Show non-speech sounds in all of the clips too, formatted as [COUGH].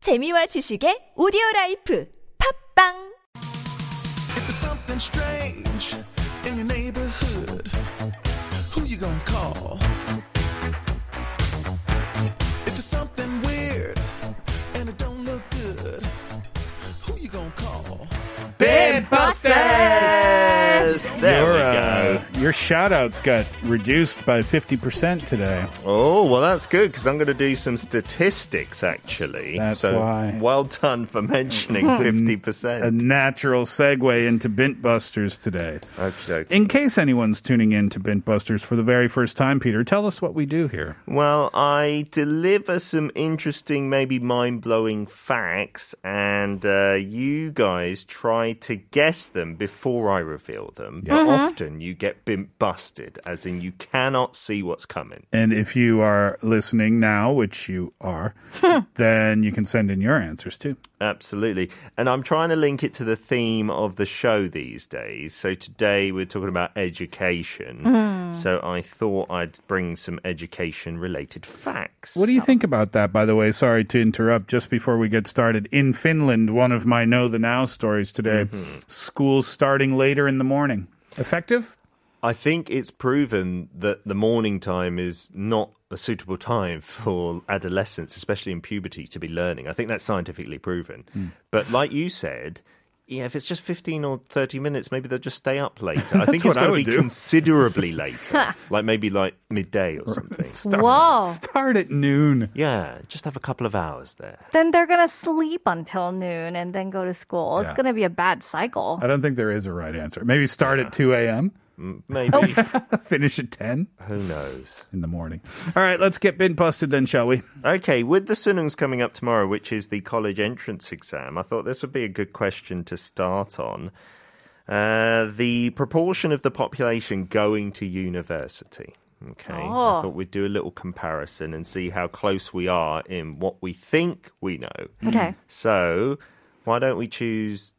재미와 지식의 오디오 라이프 팝빵! If there's something strange in your neighborhood, who you gonna call? If it's something weird and it don't look good, who you gonna call? Busters! There your, we uh, go. your shout outs got reduced by 50% today. Oh, well, that's good because I'm going to do some statistics actually. That's so, why. Hmm. well done for mentioning 50%. A natural segue into Bint Busters today. Okay, okay. In case anyone's tuning in to Bint Busters for the very first time, Peter, tell us what we do here. Well, I deliver some interesting, maybe mind blowing facts, and uh, you guys try to guess them before I reveal them. But often you get bim busted, as in you cannot see what's coming. And if you are listening now, which you are, then you can send in your answers too. Absolutely. And I'm trying to link it to the theme of the show these days. So today we're talking about education. Hmm. So I thought I'd bring some education related facts. What do you think about that, by the way? Sorry to interrupt. Just before we get started, in Finland, one of my Know the Now stories today schools starting later in the morning. Effective? I think it's proven that the morning time is not a suitable time [LAUGHS] for adolescents, especially in puberty, to be learning. I think that's scientifically proven. Hmm. But like you said, yeah, if it's just 15 or 30 minutes, maybe they'll just stay up [LAUGHS] later. I think it's That's what I going to be would do. considerably [LAUGHS] later, like maybe like midday or something. Whoa. Start at noon. Yeah, just have a couple of hours there. Then they're going to sleep until noon and then go to school. It's Yeah. Uh, going to be a bad cycle. I don't think there is a right answer. Maybe start at 2 a.m., Maybe. [LAUGHS] finish at 10 [LAUGHS] Who knows? in the morning. All right, let's get bin busted then, shall we? Okay, with the Sunungs coming up tomorrow, which is the college entrance exam, I thought this would be a good question to start on. Uh, the proportion of the population going to university. Okay, I Oh. thought we'd do a little comparison and see how close we are in what we think we know. Okay. mm-hmm. So, why don't we choose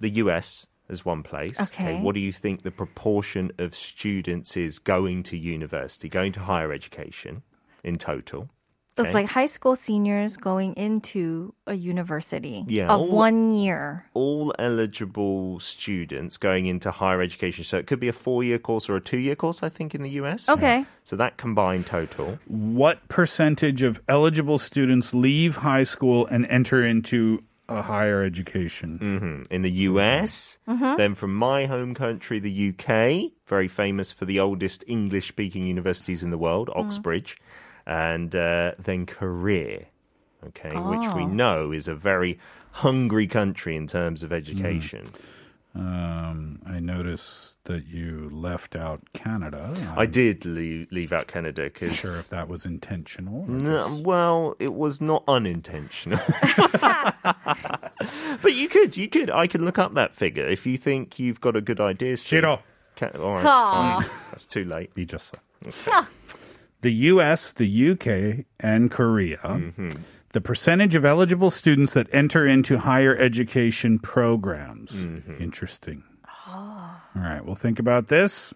the US as one place? Okay. What do you think the proportion of students is going to university, going to higher education in total? So Okay. It's like high school seniors going into a university Yeah. of All- one year. All eligible students going into higher education. So, it could be a four year course or a two year course, I think, in the US. Okay. So, that combined total. What percentage of eligible students leave high school and enter into a higher education? in the US, then from my home country, the UK, very famous for the oldest English speaking universities in the world, Oxbridge, and uh, then Korea, okay, which we know is a very hungry country in terms of education. Um, I notice that you left out Canada. I did leave, leave out Canada because. sure if that was intentional. well, it was not unintentional. but you could, you could. I can look up that figure if you think you've got a good idea. Steve. Cheeto. Ca- all right, Aw. fine. That's too late. Be just so. [LAUGHS] the U.S., the U.K., and Korea. The percentage of eligible students that enter into higher education programs. Interesting. All right, we'll think about this.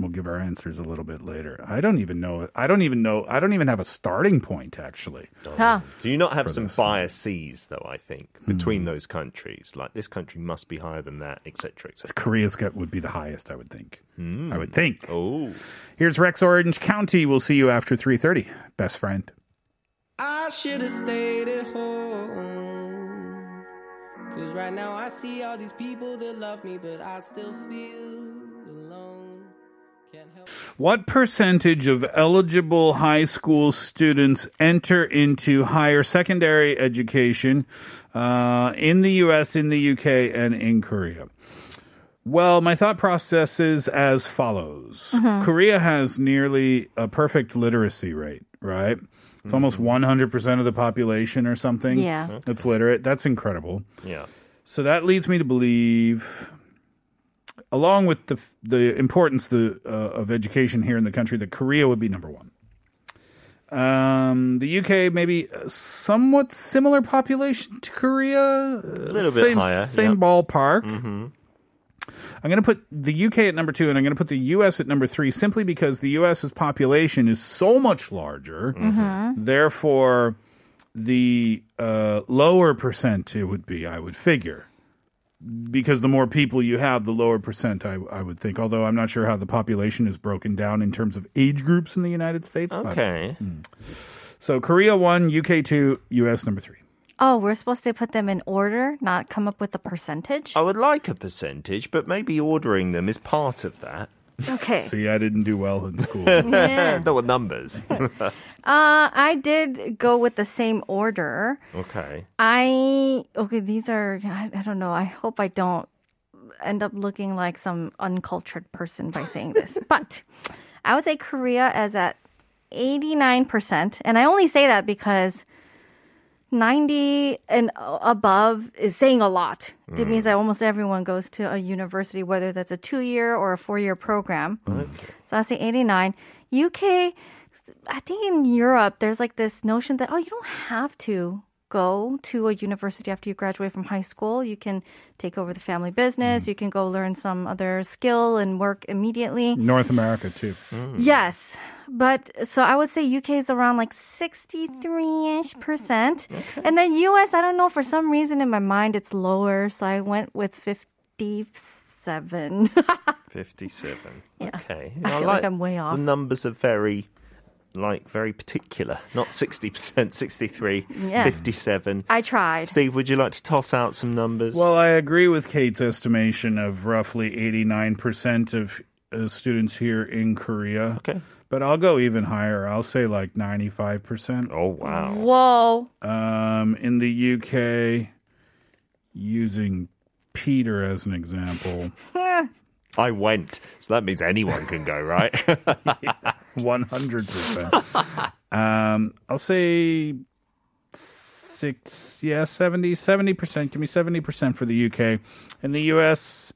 We'll give our answers a little bit later. I don't even know. I don't even know. I don't even have a starting point, actually. Huh. Do you not have some biases, though, I think, between those countries? Like, this country must be higher than that, etc., etc. Korea's got would be the highest, I would think. I would think. Oh. Here's Rex Orange County. We'll see you after 3:30. Best friend. I should have stayed at home. Cause right now I see all these people that love me, but I still feel alone. Can't help What percentage of eligible high school students enter into higher secondary education uh, in the US, in the UK, and in Korea? Well, my thought process is as follows Korea has nearly a perfect literacy rate, right? It's almost 100% of the population or something. Yeah. That's literate. That's incredible. Yeah. So that leads me to believe, along with the the importance the, uh, of education here in the country, that Korea would be number one. Um, the UK maybe a somewhat similar population to Korea, a little bit higher, yeah. same Mm-hmm. ballpark. I'm going to put the UK at number two, and I'm going to put the US at number three, simply Mm-hmm. because the US's population is so much larger. Therefore, the uh, lower percent it would be, I would figure. Because the more people you have, the lower percent I, I would think. Although I'm not sure how the population is broken down in terms of age groups in the United States. but- Okay. So Korea one, UK two, US number three. Oh, we're supposed to put them in order, not come up with a percentage? I would like a percentage, but maybe ordering them is part of that. Eh, Okay. See, I didn't do well in school. [LAUGHS] Yeah. There were numbers. [LAUGHS] Uh, I did go with the same order. okay. I okay, these are I, I don't know. I hope I don't end up looking like some uncultured person by saying this. but I would say Korea is at 89% and I only say that because 90 and a- above is saying a lot. It means that almost everyone goes to a university whether that's a 2-year or a 4-year program. So I say 89. UK, I think in Europe, there's like this notion that, oh, you don't have to go to a university after you graduate from high school. You can take over the family business, you can go learn some other skill and work immediately. North America too. Mm-hmm. Yes. But so I would say UK is around like 63 ish percent. And then US, I don't know, for some reason in my mind it's lower. So I went with 57. 57. Yeah. Okay. I feel like I'm way off. The numbers are very, like, very particular. Not 60%, 63, Yeah. 57. [LAUGHS] I tried. Steve, would you like to toss out some numbers? Well, I agree with Kate's estimation of roughly 89% of uh, students here in Korea. Okay. But I'll go even higher. I'll say like 95%. oh, wow. Whoa. Um, in the UK, using Peter as an example, [LAUGHS] I went. So that means anyone can go, right? 100%. um, I'll say six, yeah, 70, 70%. Give me 70% for the UK. In the US,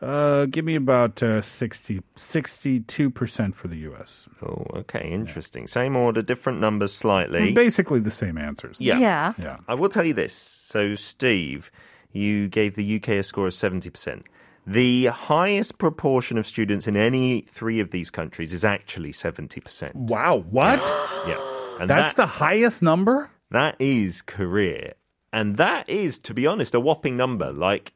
uh, give me about uh, 60, 62% for the US. oh, okay. Interesting. Same order, different numbers slightly. Basically the same answers. Yeah. yeah. Yeah. I will tell you this. So, Steve, you gave the UK a score of 70%. The highest proportion of students in any three of these countries is actually 70%. Wow. What? Yeah. And That's that- the highest number? That is career. And that is, to be honest, a whopping number. Like,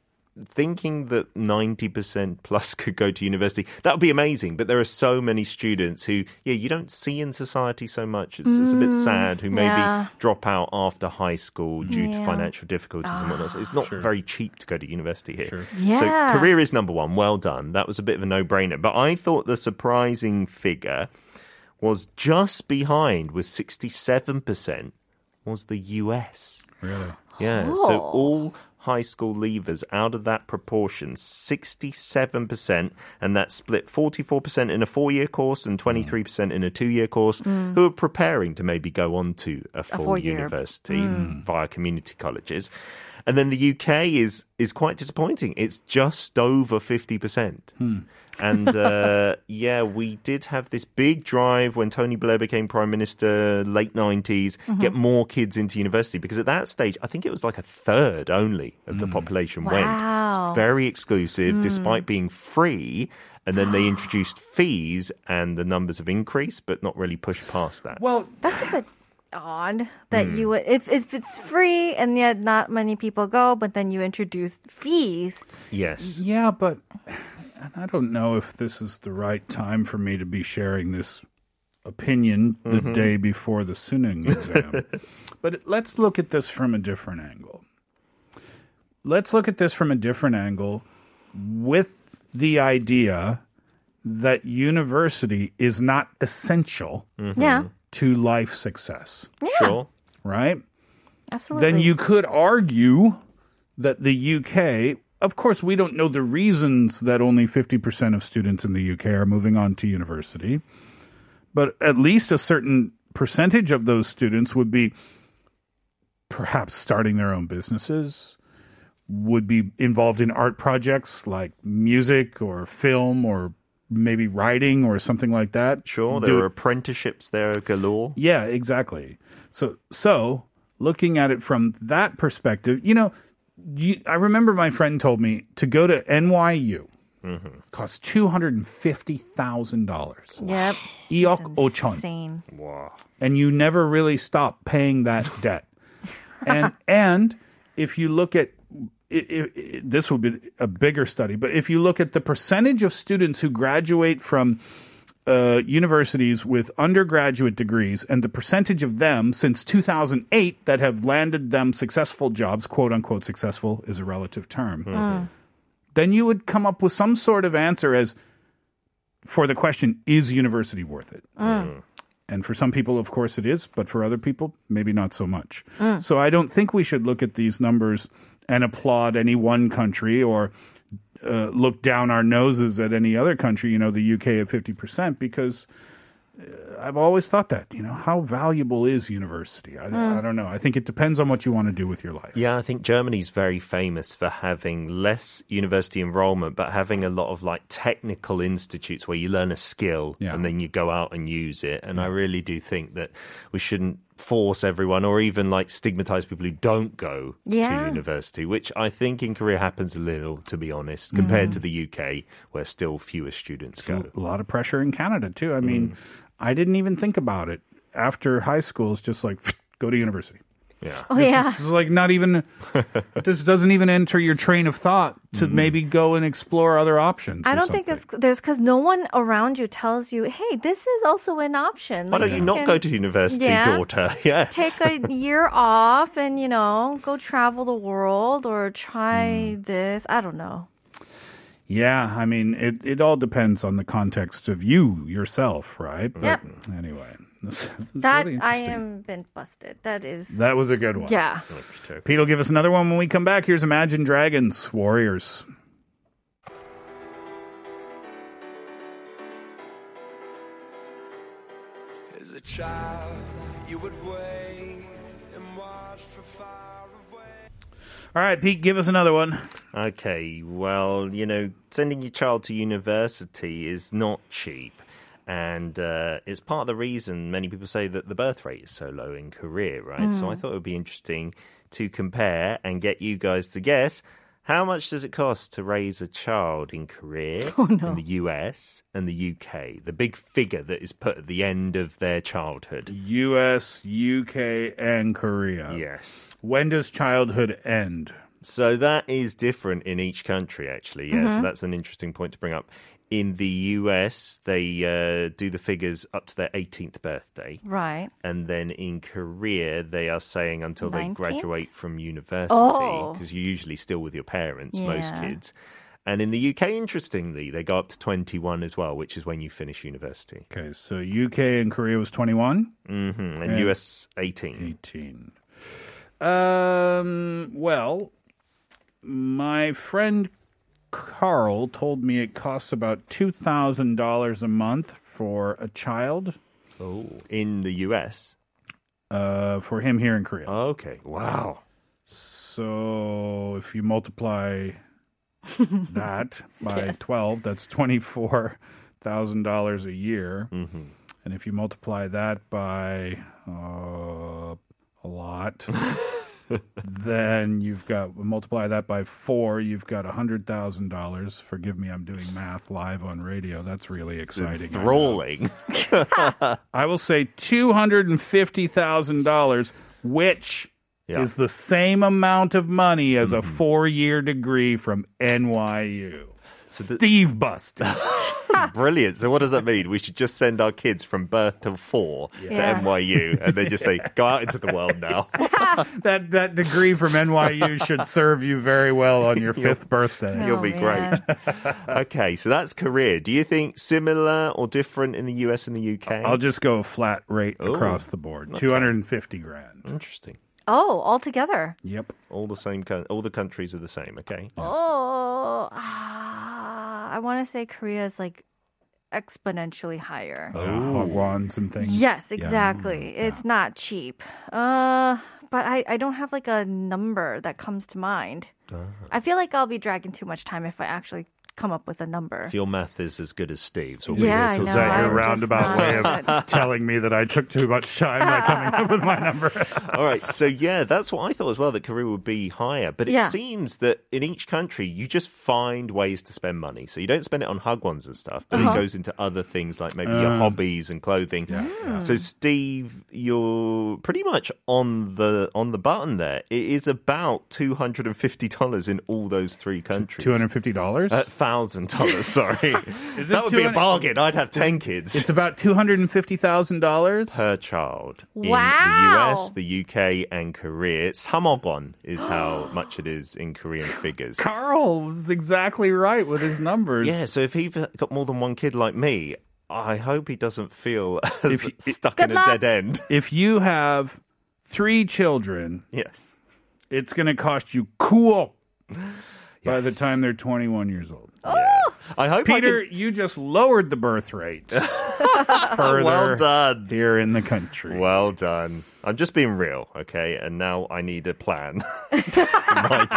thinking that 90% plus [LAUGHS] could go to university, that would be amazing. But there are so many students who, yeah, you don't see in society so much. It's, it's a bit sad who maybe Mm, yeah. drop out after high school due to financial difficulties and whatnot. So It's not very cheap to go to university here. Yeah. So, career is number one. Well done. That was a bit of a no brainer. But I thought the surprising figure was just behind with 67% was the US. Really? Yeah. So all high school leavers out of that proportion, 67%, and that split 44% in a four year course and 23% in a two year course who are preparing to maybe go on to a full four-year. university via community colleges. And then the UK is is quite disappointing. It's just over 50%. And uh, yeah, we did have this big drive when Tony Blair became prime minister, late 90s, get more kids into university because at that stage, I think it was like a third only of the population went. Wow. It's very exclusive, despite being free. And then they introduced fees, and the numbers have increased, but not really pushed past that. Well, That's a bit odd that Mm. you would if if it's free and yet not many people go, but then you introduce fees. yes. yeah, but and I don't know if this is the right time for me to be sharing this opinion the day before the Suning exam. but let's look at this from a different angle. Let's look at this from a different angle with the idea that university is not essential Mm-hmm. Yeah, to life success, Sure. right? absolutely. then you could argue that the UK, of course, we don't know the reasons that only 50% of students in the UK are moving on to university, but at least a certain percentage of those students would be perhaps starting their own businesses, would be involved in art projects like music or film or maybe writing or something like that. Sure. Do- There are apprenticeships there galore. yeah, exactly. So so looking at it from that perspective, you know, you, I remember my friend told me to go to NYU costs two hundred and fifty thousand dollars. yep, Iok ochon, same. Wow. and you never really stop paying that debt. and and if you look at it, it, it, this will be a bigger study, but if you look at the percentage of students who graduate from uh, universities with undergraduate degrees and the percentage of them since 2008 that have landed them successful jobs, quote unquote successful is a relative term, then you would come up with some sort of answer as for the question, is university worth it? And for some people, of course, it is, but for other people, maybe not so much. So I don't think we should look at these numbers and applaud any one country or uh, look down our noses at any other country, you know, the UK at 50%, because uh, I've always thought that, you know, how valuable is university? I, I don't know. I think it depends on what you want to do with your life. Yeah, I think Germany's very famous for having less university enrollment, but having a lot of like technical institutes where you learn a skill Yeah. and then you go out and use it. And I really do think that we shouldn't force everyone or even like stigmatize people who don't go to Yeah. university, which I think in Korea happens a little, to be honest, compared Mm. to the UK, where still fewer students go. a lot of pressure in Canada too. I mean, I didn't even think about it after high school. It's just like [SNIFFS] go to university. Yeah. Oh yeah. It's like not even this doesn't even enter your train of thought to maybe go and explore other options. I or don't think something. it's there's because no one around you tells you, hey, this is also an option. Why Like, don't you not can go to university, Yeah. daughter? [LAUGHS] Yes. Take a year off and you know go travel the world or try Hmm. this. I don't know. Yeah, I mean, it, it all depends on the context of you yourself, right? But Yep. Anyway, [LAUGHS] this is That really I interesting. am been busted. That is That was a good one. yeah. Pete will give us another one when we come back. Here's Imagine Dragons, Warriors. As a child, you would wait and watch from far away. All right, Pete, give us another one. Okay, well, you know, sending your child to university is not cheap. And uh, it's part of the reason many people say that the birth rate is so low in Korea, right? So I thought it would be interesting to compare and get you guys to guess how much does it cost to raise a child in Korea, in the US, and the UK? The big figure that is put at the end of their childhood. U.S., U.K., and Korea. Yes. When does childhood end? So that is different in each country, actually. Yeah, Mm-hmm. so that's an interesting point to bring up. In the US, they uh, do the figures up to their 18th birthday. Right. And then in Korea, they are saying until they 19th? graduate from university, Oh. because you're usually still with your parents, most Yeah. kids. And in the UK, interestingly, they go up to 21 as well, which is when you finish university. Hmm, Okay, so U.K. and Korea was 21, And US, 18. 18. Um, well, my friend Carl told me it costs about $2,000 a month for a child, Oh. In the US. uh, for him here in Korea. Okay. Wow. So if you multiply that by 12, that's $24,000 a year. And if you multiply that by uh, a lot, then you've got, multiply that by four, you've got $100,000. Forgive me, I'm doing math live on radio. That's really exciting. I know. Enthralling. I will say $250,000, which Yeah. is the same amount of money as a four year degree from NYU. Steve busted. [LAUGHS] Brilliant. So, what does that mean? We should just send our kids from birth till four to Yeah. NYU and they just say, go out into the world now. that, that degree from NYU should serve you very well on [LAUGHS] your fifth birthday. You'll be Oh, great. man. Okay, so that's career. Do you think similar or different in the US and the UK? I'll just go flat rate Ooh. across the board 250 grand. Interesting. [LAUGHS] Oh, all together. Yep. All the same, coun- all the countries are the same. Okay. Oh, ah, I want to say Korea is like exponentially higher. Yeah, Hogwans Uh, and things. Yes, Oh, Yeah. Mm, exactly. It's not cheap. Uh, but I, I don't have Uh-huh. like a number that comes to mind. I feel like I'll be dragging too much time if I actually come up with a number. If your math is as good as Steve's, what we Yeah, here I Is till know. zero. that your I'm just roundabout not way of good. telling me that I took too much time by coming [LAUGHS] up with my number? All right, so yeah, that's what I thought as well that Korea would be higher, but it Yeah. seems that in each country you just find ways to spend money. So you don't spend it on hagwons and stuff, but it goes into other things like maybe Um, your hobbies and clothing. So Steve, you're pretty much on the on the button there. It is about two hundred and fifty dollars in all those three countries. Two hundred fifty dollars. Uh, Thousand dollars, sorry. [LAUGHS] Is that it would be a 200 bargain. I'd have ten kids. It's about two hundred and fifty thousand dollars. per child Wow. in the US, the UK, and Korea. Samogon is [GASPS] how much it is in Korean figures. Carl was exactly right with his numbers. Yeah, so if he got more than one kid like me, I hope he doesn't feel [LAUGHS] as If you- stuck Good in a dead luck. end. [LAUGHS] If you have three children, Yes. it's going to cost you cool by the time they're 21 years old. Oh. Yeah. I hope Peter, I you just lowered the birth [LAUGHS] rates further can... Well done. here in the country. Well done. I'm just being real, okay? And now I need a [LAUGHS] plan. [LAUGHS] my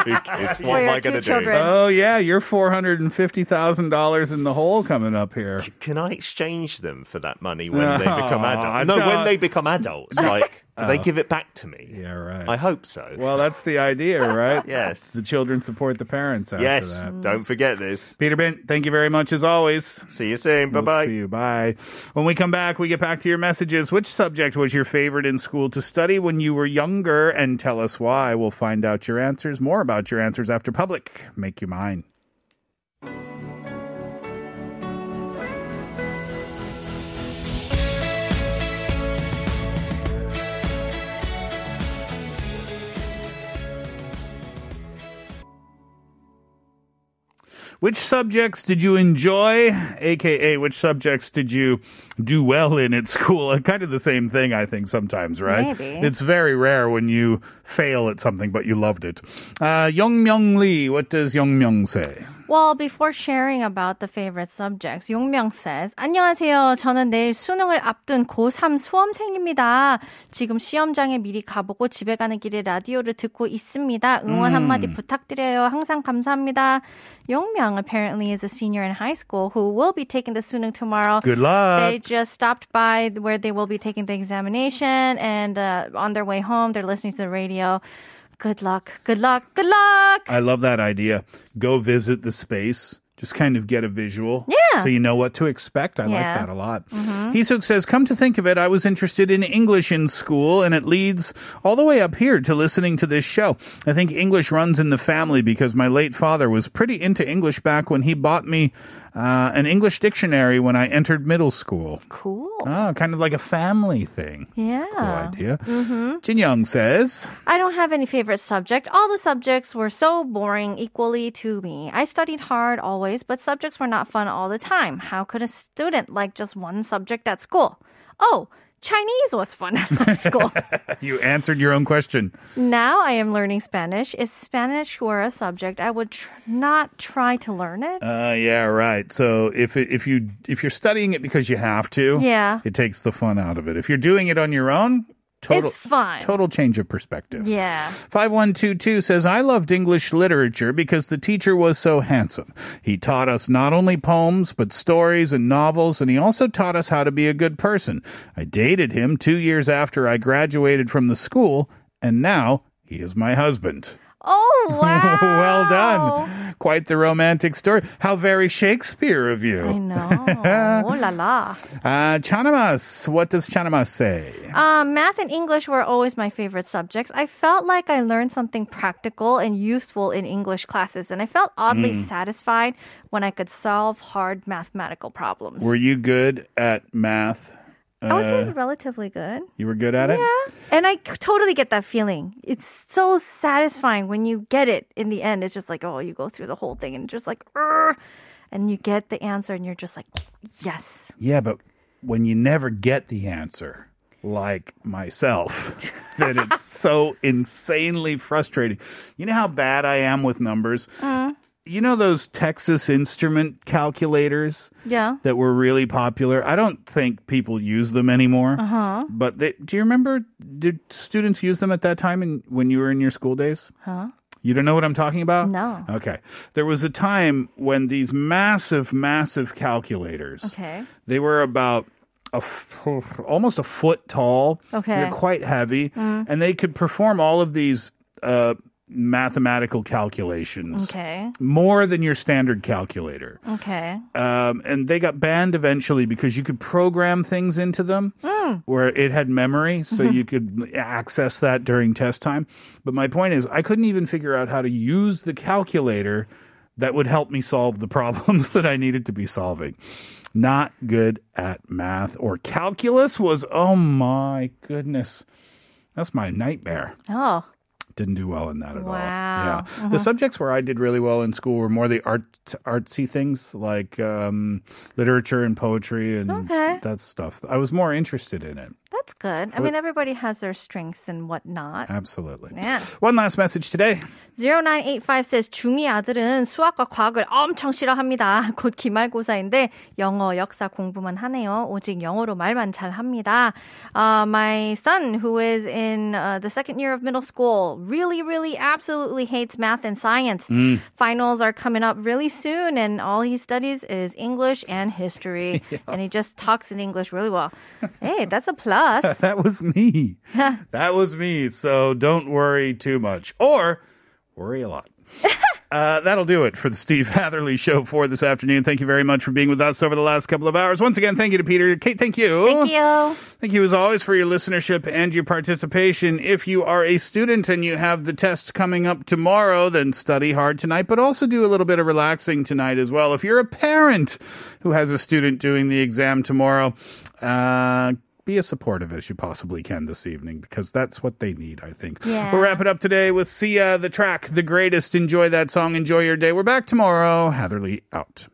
two kids. What am your I going to do? two children. Oh yeah, you're four hundred and fifty thousand dollars in the hole coming up here. Can I exchange them for that money when they No, [LAUGHS] become I adults? No, when don't- Oh. they become [LAUGHS] adults. Like, do they give it back to me? Yeah, right. I hope so. well, that's the idea, [LAUGHS] right? yes. The children support the parents. After Yes. That. Don't forget this. Peter Bent, thank you very much as always. See you soon. Bye We'll bye. see you. Bye. When we come back, we get back to your messages. Which subject was your favorite in school to study when you were younger? And tell us why. We'll find out your answers. More about your answers after public. Make you mine. Which subjects did you enjoy? AKA, which subjects did you do well in at school? [LAUGHS] Kind of the same thing, I think, sometimes, right? Maybe. It's very rare when you fail at something, but you loved it. Uh, Young Myung Lee, what does Young Myung say? Well, before sharing about the favorite subjects, 용명 says, 안녕하세요. 저는 내일 수능을 앞둔 고3 수험생입니다. 지금 시험장에 미리 가보고 집에 가는 길에 라디오를 듣고 있습니다. 응원 음. 한마디 부탁드려요. 항상 감사합니다. 용명 apparently is a senior in high school who will be taking the 수능 tomorrow. Good luck. They just stopped by where they will be taking the examination, and uh, on their way home, they're listening to the radio. Good luck, good luck, good luck. I love that idea. Go visit the space. Just kind of get a visual. Yeah. So you know what to expect. I like Yeah. Mm-hmm. that a lot. Hisook says, Come to think of it, I was interested in English in school, and it leads all the way up here to listening to this show. I think English runs in the family because my late father was pretty into English back when he bought me uh, an English dictionary when I entered middle school. Cool. Oh, kind of like a family thing. Yeah. Mm-hmm. Cool idea. Jin Young says, [LAUGHS] I don't have any favorite subject. All the subjects were so boring equally to me. I studied hard always, but subjects were not fun all the time. How could a student like just one subject at school? Oh, Chinese was fun [LAUGHS] at [LAUGHS] school. You answered your own question. now I am learning Spanish. If Spanish were a subject, I would tr- not try to learn it. Uh, yeah, right. So if it- if you if you're studying it because you have to, Yeah. it takes the fun out of it. If you're doing it on your own, total It's fun. total change of perspective. Yeah. 5122 says, I loved English literature because the teacher was so handsome. He taught us not only poems, but stories and novels, and he also taught us how to be a good person. I dated him two years after I graduated from the school, and now he is my husband. Oh, wow. [LAUGHS] well done. Quite the romantic story. How very Shakespeare of you. [LAUGHS] I know. oh la la. Uh, Chanamas, what does Chanamas say? Um, math and English were always my favorite subjects. I felt like I learned something practical and useful in English classes, and I felt oddly Hmm. satisfied when I could solve hard mathematical problems. Were you good at math? I was relatively good. You were good at it? Yeah. And I c- totally get that feeling. It's so satisfying when you get it in the end. It's just like, oh, you go through the whole thing and just like, "Arr," and you get the answer and you're just like, yes. Yeah, but when you never get the answer, like myself, [LAUGHS] then it's so insanely frustrating. You know how bad I am with numbers? Uh-huh. You know those Texas instrument calculators? Yeah. that were really popular. I don't think people use them anymore. Uh-huh. But they, do you remember? Did students use them at that time in, when you were in your school days? Huh? You don't know what I'm talking about? No. Okay. There was a time when these massive, massive calculators. Okay. They were about a f- almost a foot tall. Okay. Mm. They're quite heavy, and they could perform all of these uh, mathematical calculations. Okay. More than your standard calculator. Okay. Um, and they got banned eventually because you could program things into them where it had memory, so you could access that during test time. But my point is, I couldn't even figure out how to use the calculator that would help me solve the [LAUGHS] problems that I needed to be solving. Not good at math or calculus was, oh my goodness. That's my nightmare Oh. didn't do well in that at all. Yeah, Wow. Uh-huh. the subjects where I did really well in school were more the art artsy things like um, literature and poetry and Okay. that stuff. I was more interested in it. That's good. I mean, everybody has their strengths and whatnot. Absolutely. Yeah. One last message today. [LAUGHS] 0985 says 중2 아들은 수학과 과학을 엄청 싫어합니다. [LAUGHS] 곧 기말고사인데 영어, 역사 공부만 하네요. 오직 영어로 말만 잘 합니다. Uh, my son, who is in uh, the second year of middle school, really, really, absolutely hates math and science. Finals are coming up really soon, and all he studies is English and history. And he just talks in English really well. hey, that's a plus. That was me. [LAUGHS] that was me. So don't worry too much or worry a [LAUGHS] lot. Uh, that'll do it for the Steve Hatherley Show for this afternoon. Thank you very much for being with us over the last couple of hours. Once again, thank you to Peter. Kate, thank you. Thank you. Thank you, as always, for your listenership and your participation. If you are a student and you have the test coming up tomorrow, then study hard tonight, but also do a little bit of relaxing tonight as well. If you're a parent who has a student doing the exam tomorrow, uh, be as supportive as you possibly can this evening because that's what they need, I think. Yeah. We'll wrap it up today with Sia, the track, The Greatest. Enjoy that song. Enjoy your day. We're back tomorrow. Hatherley out.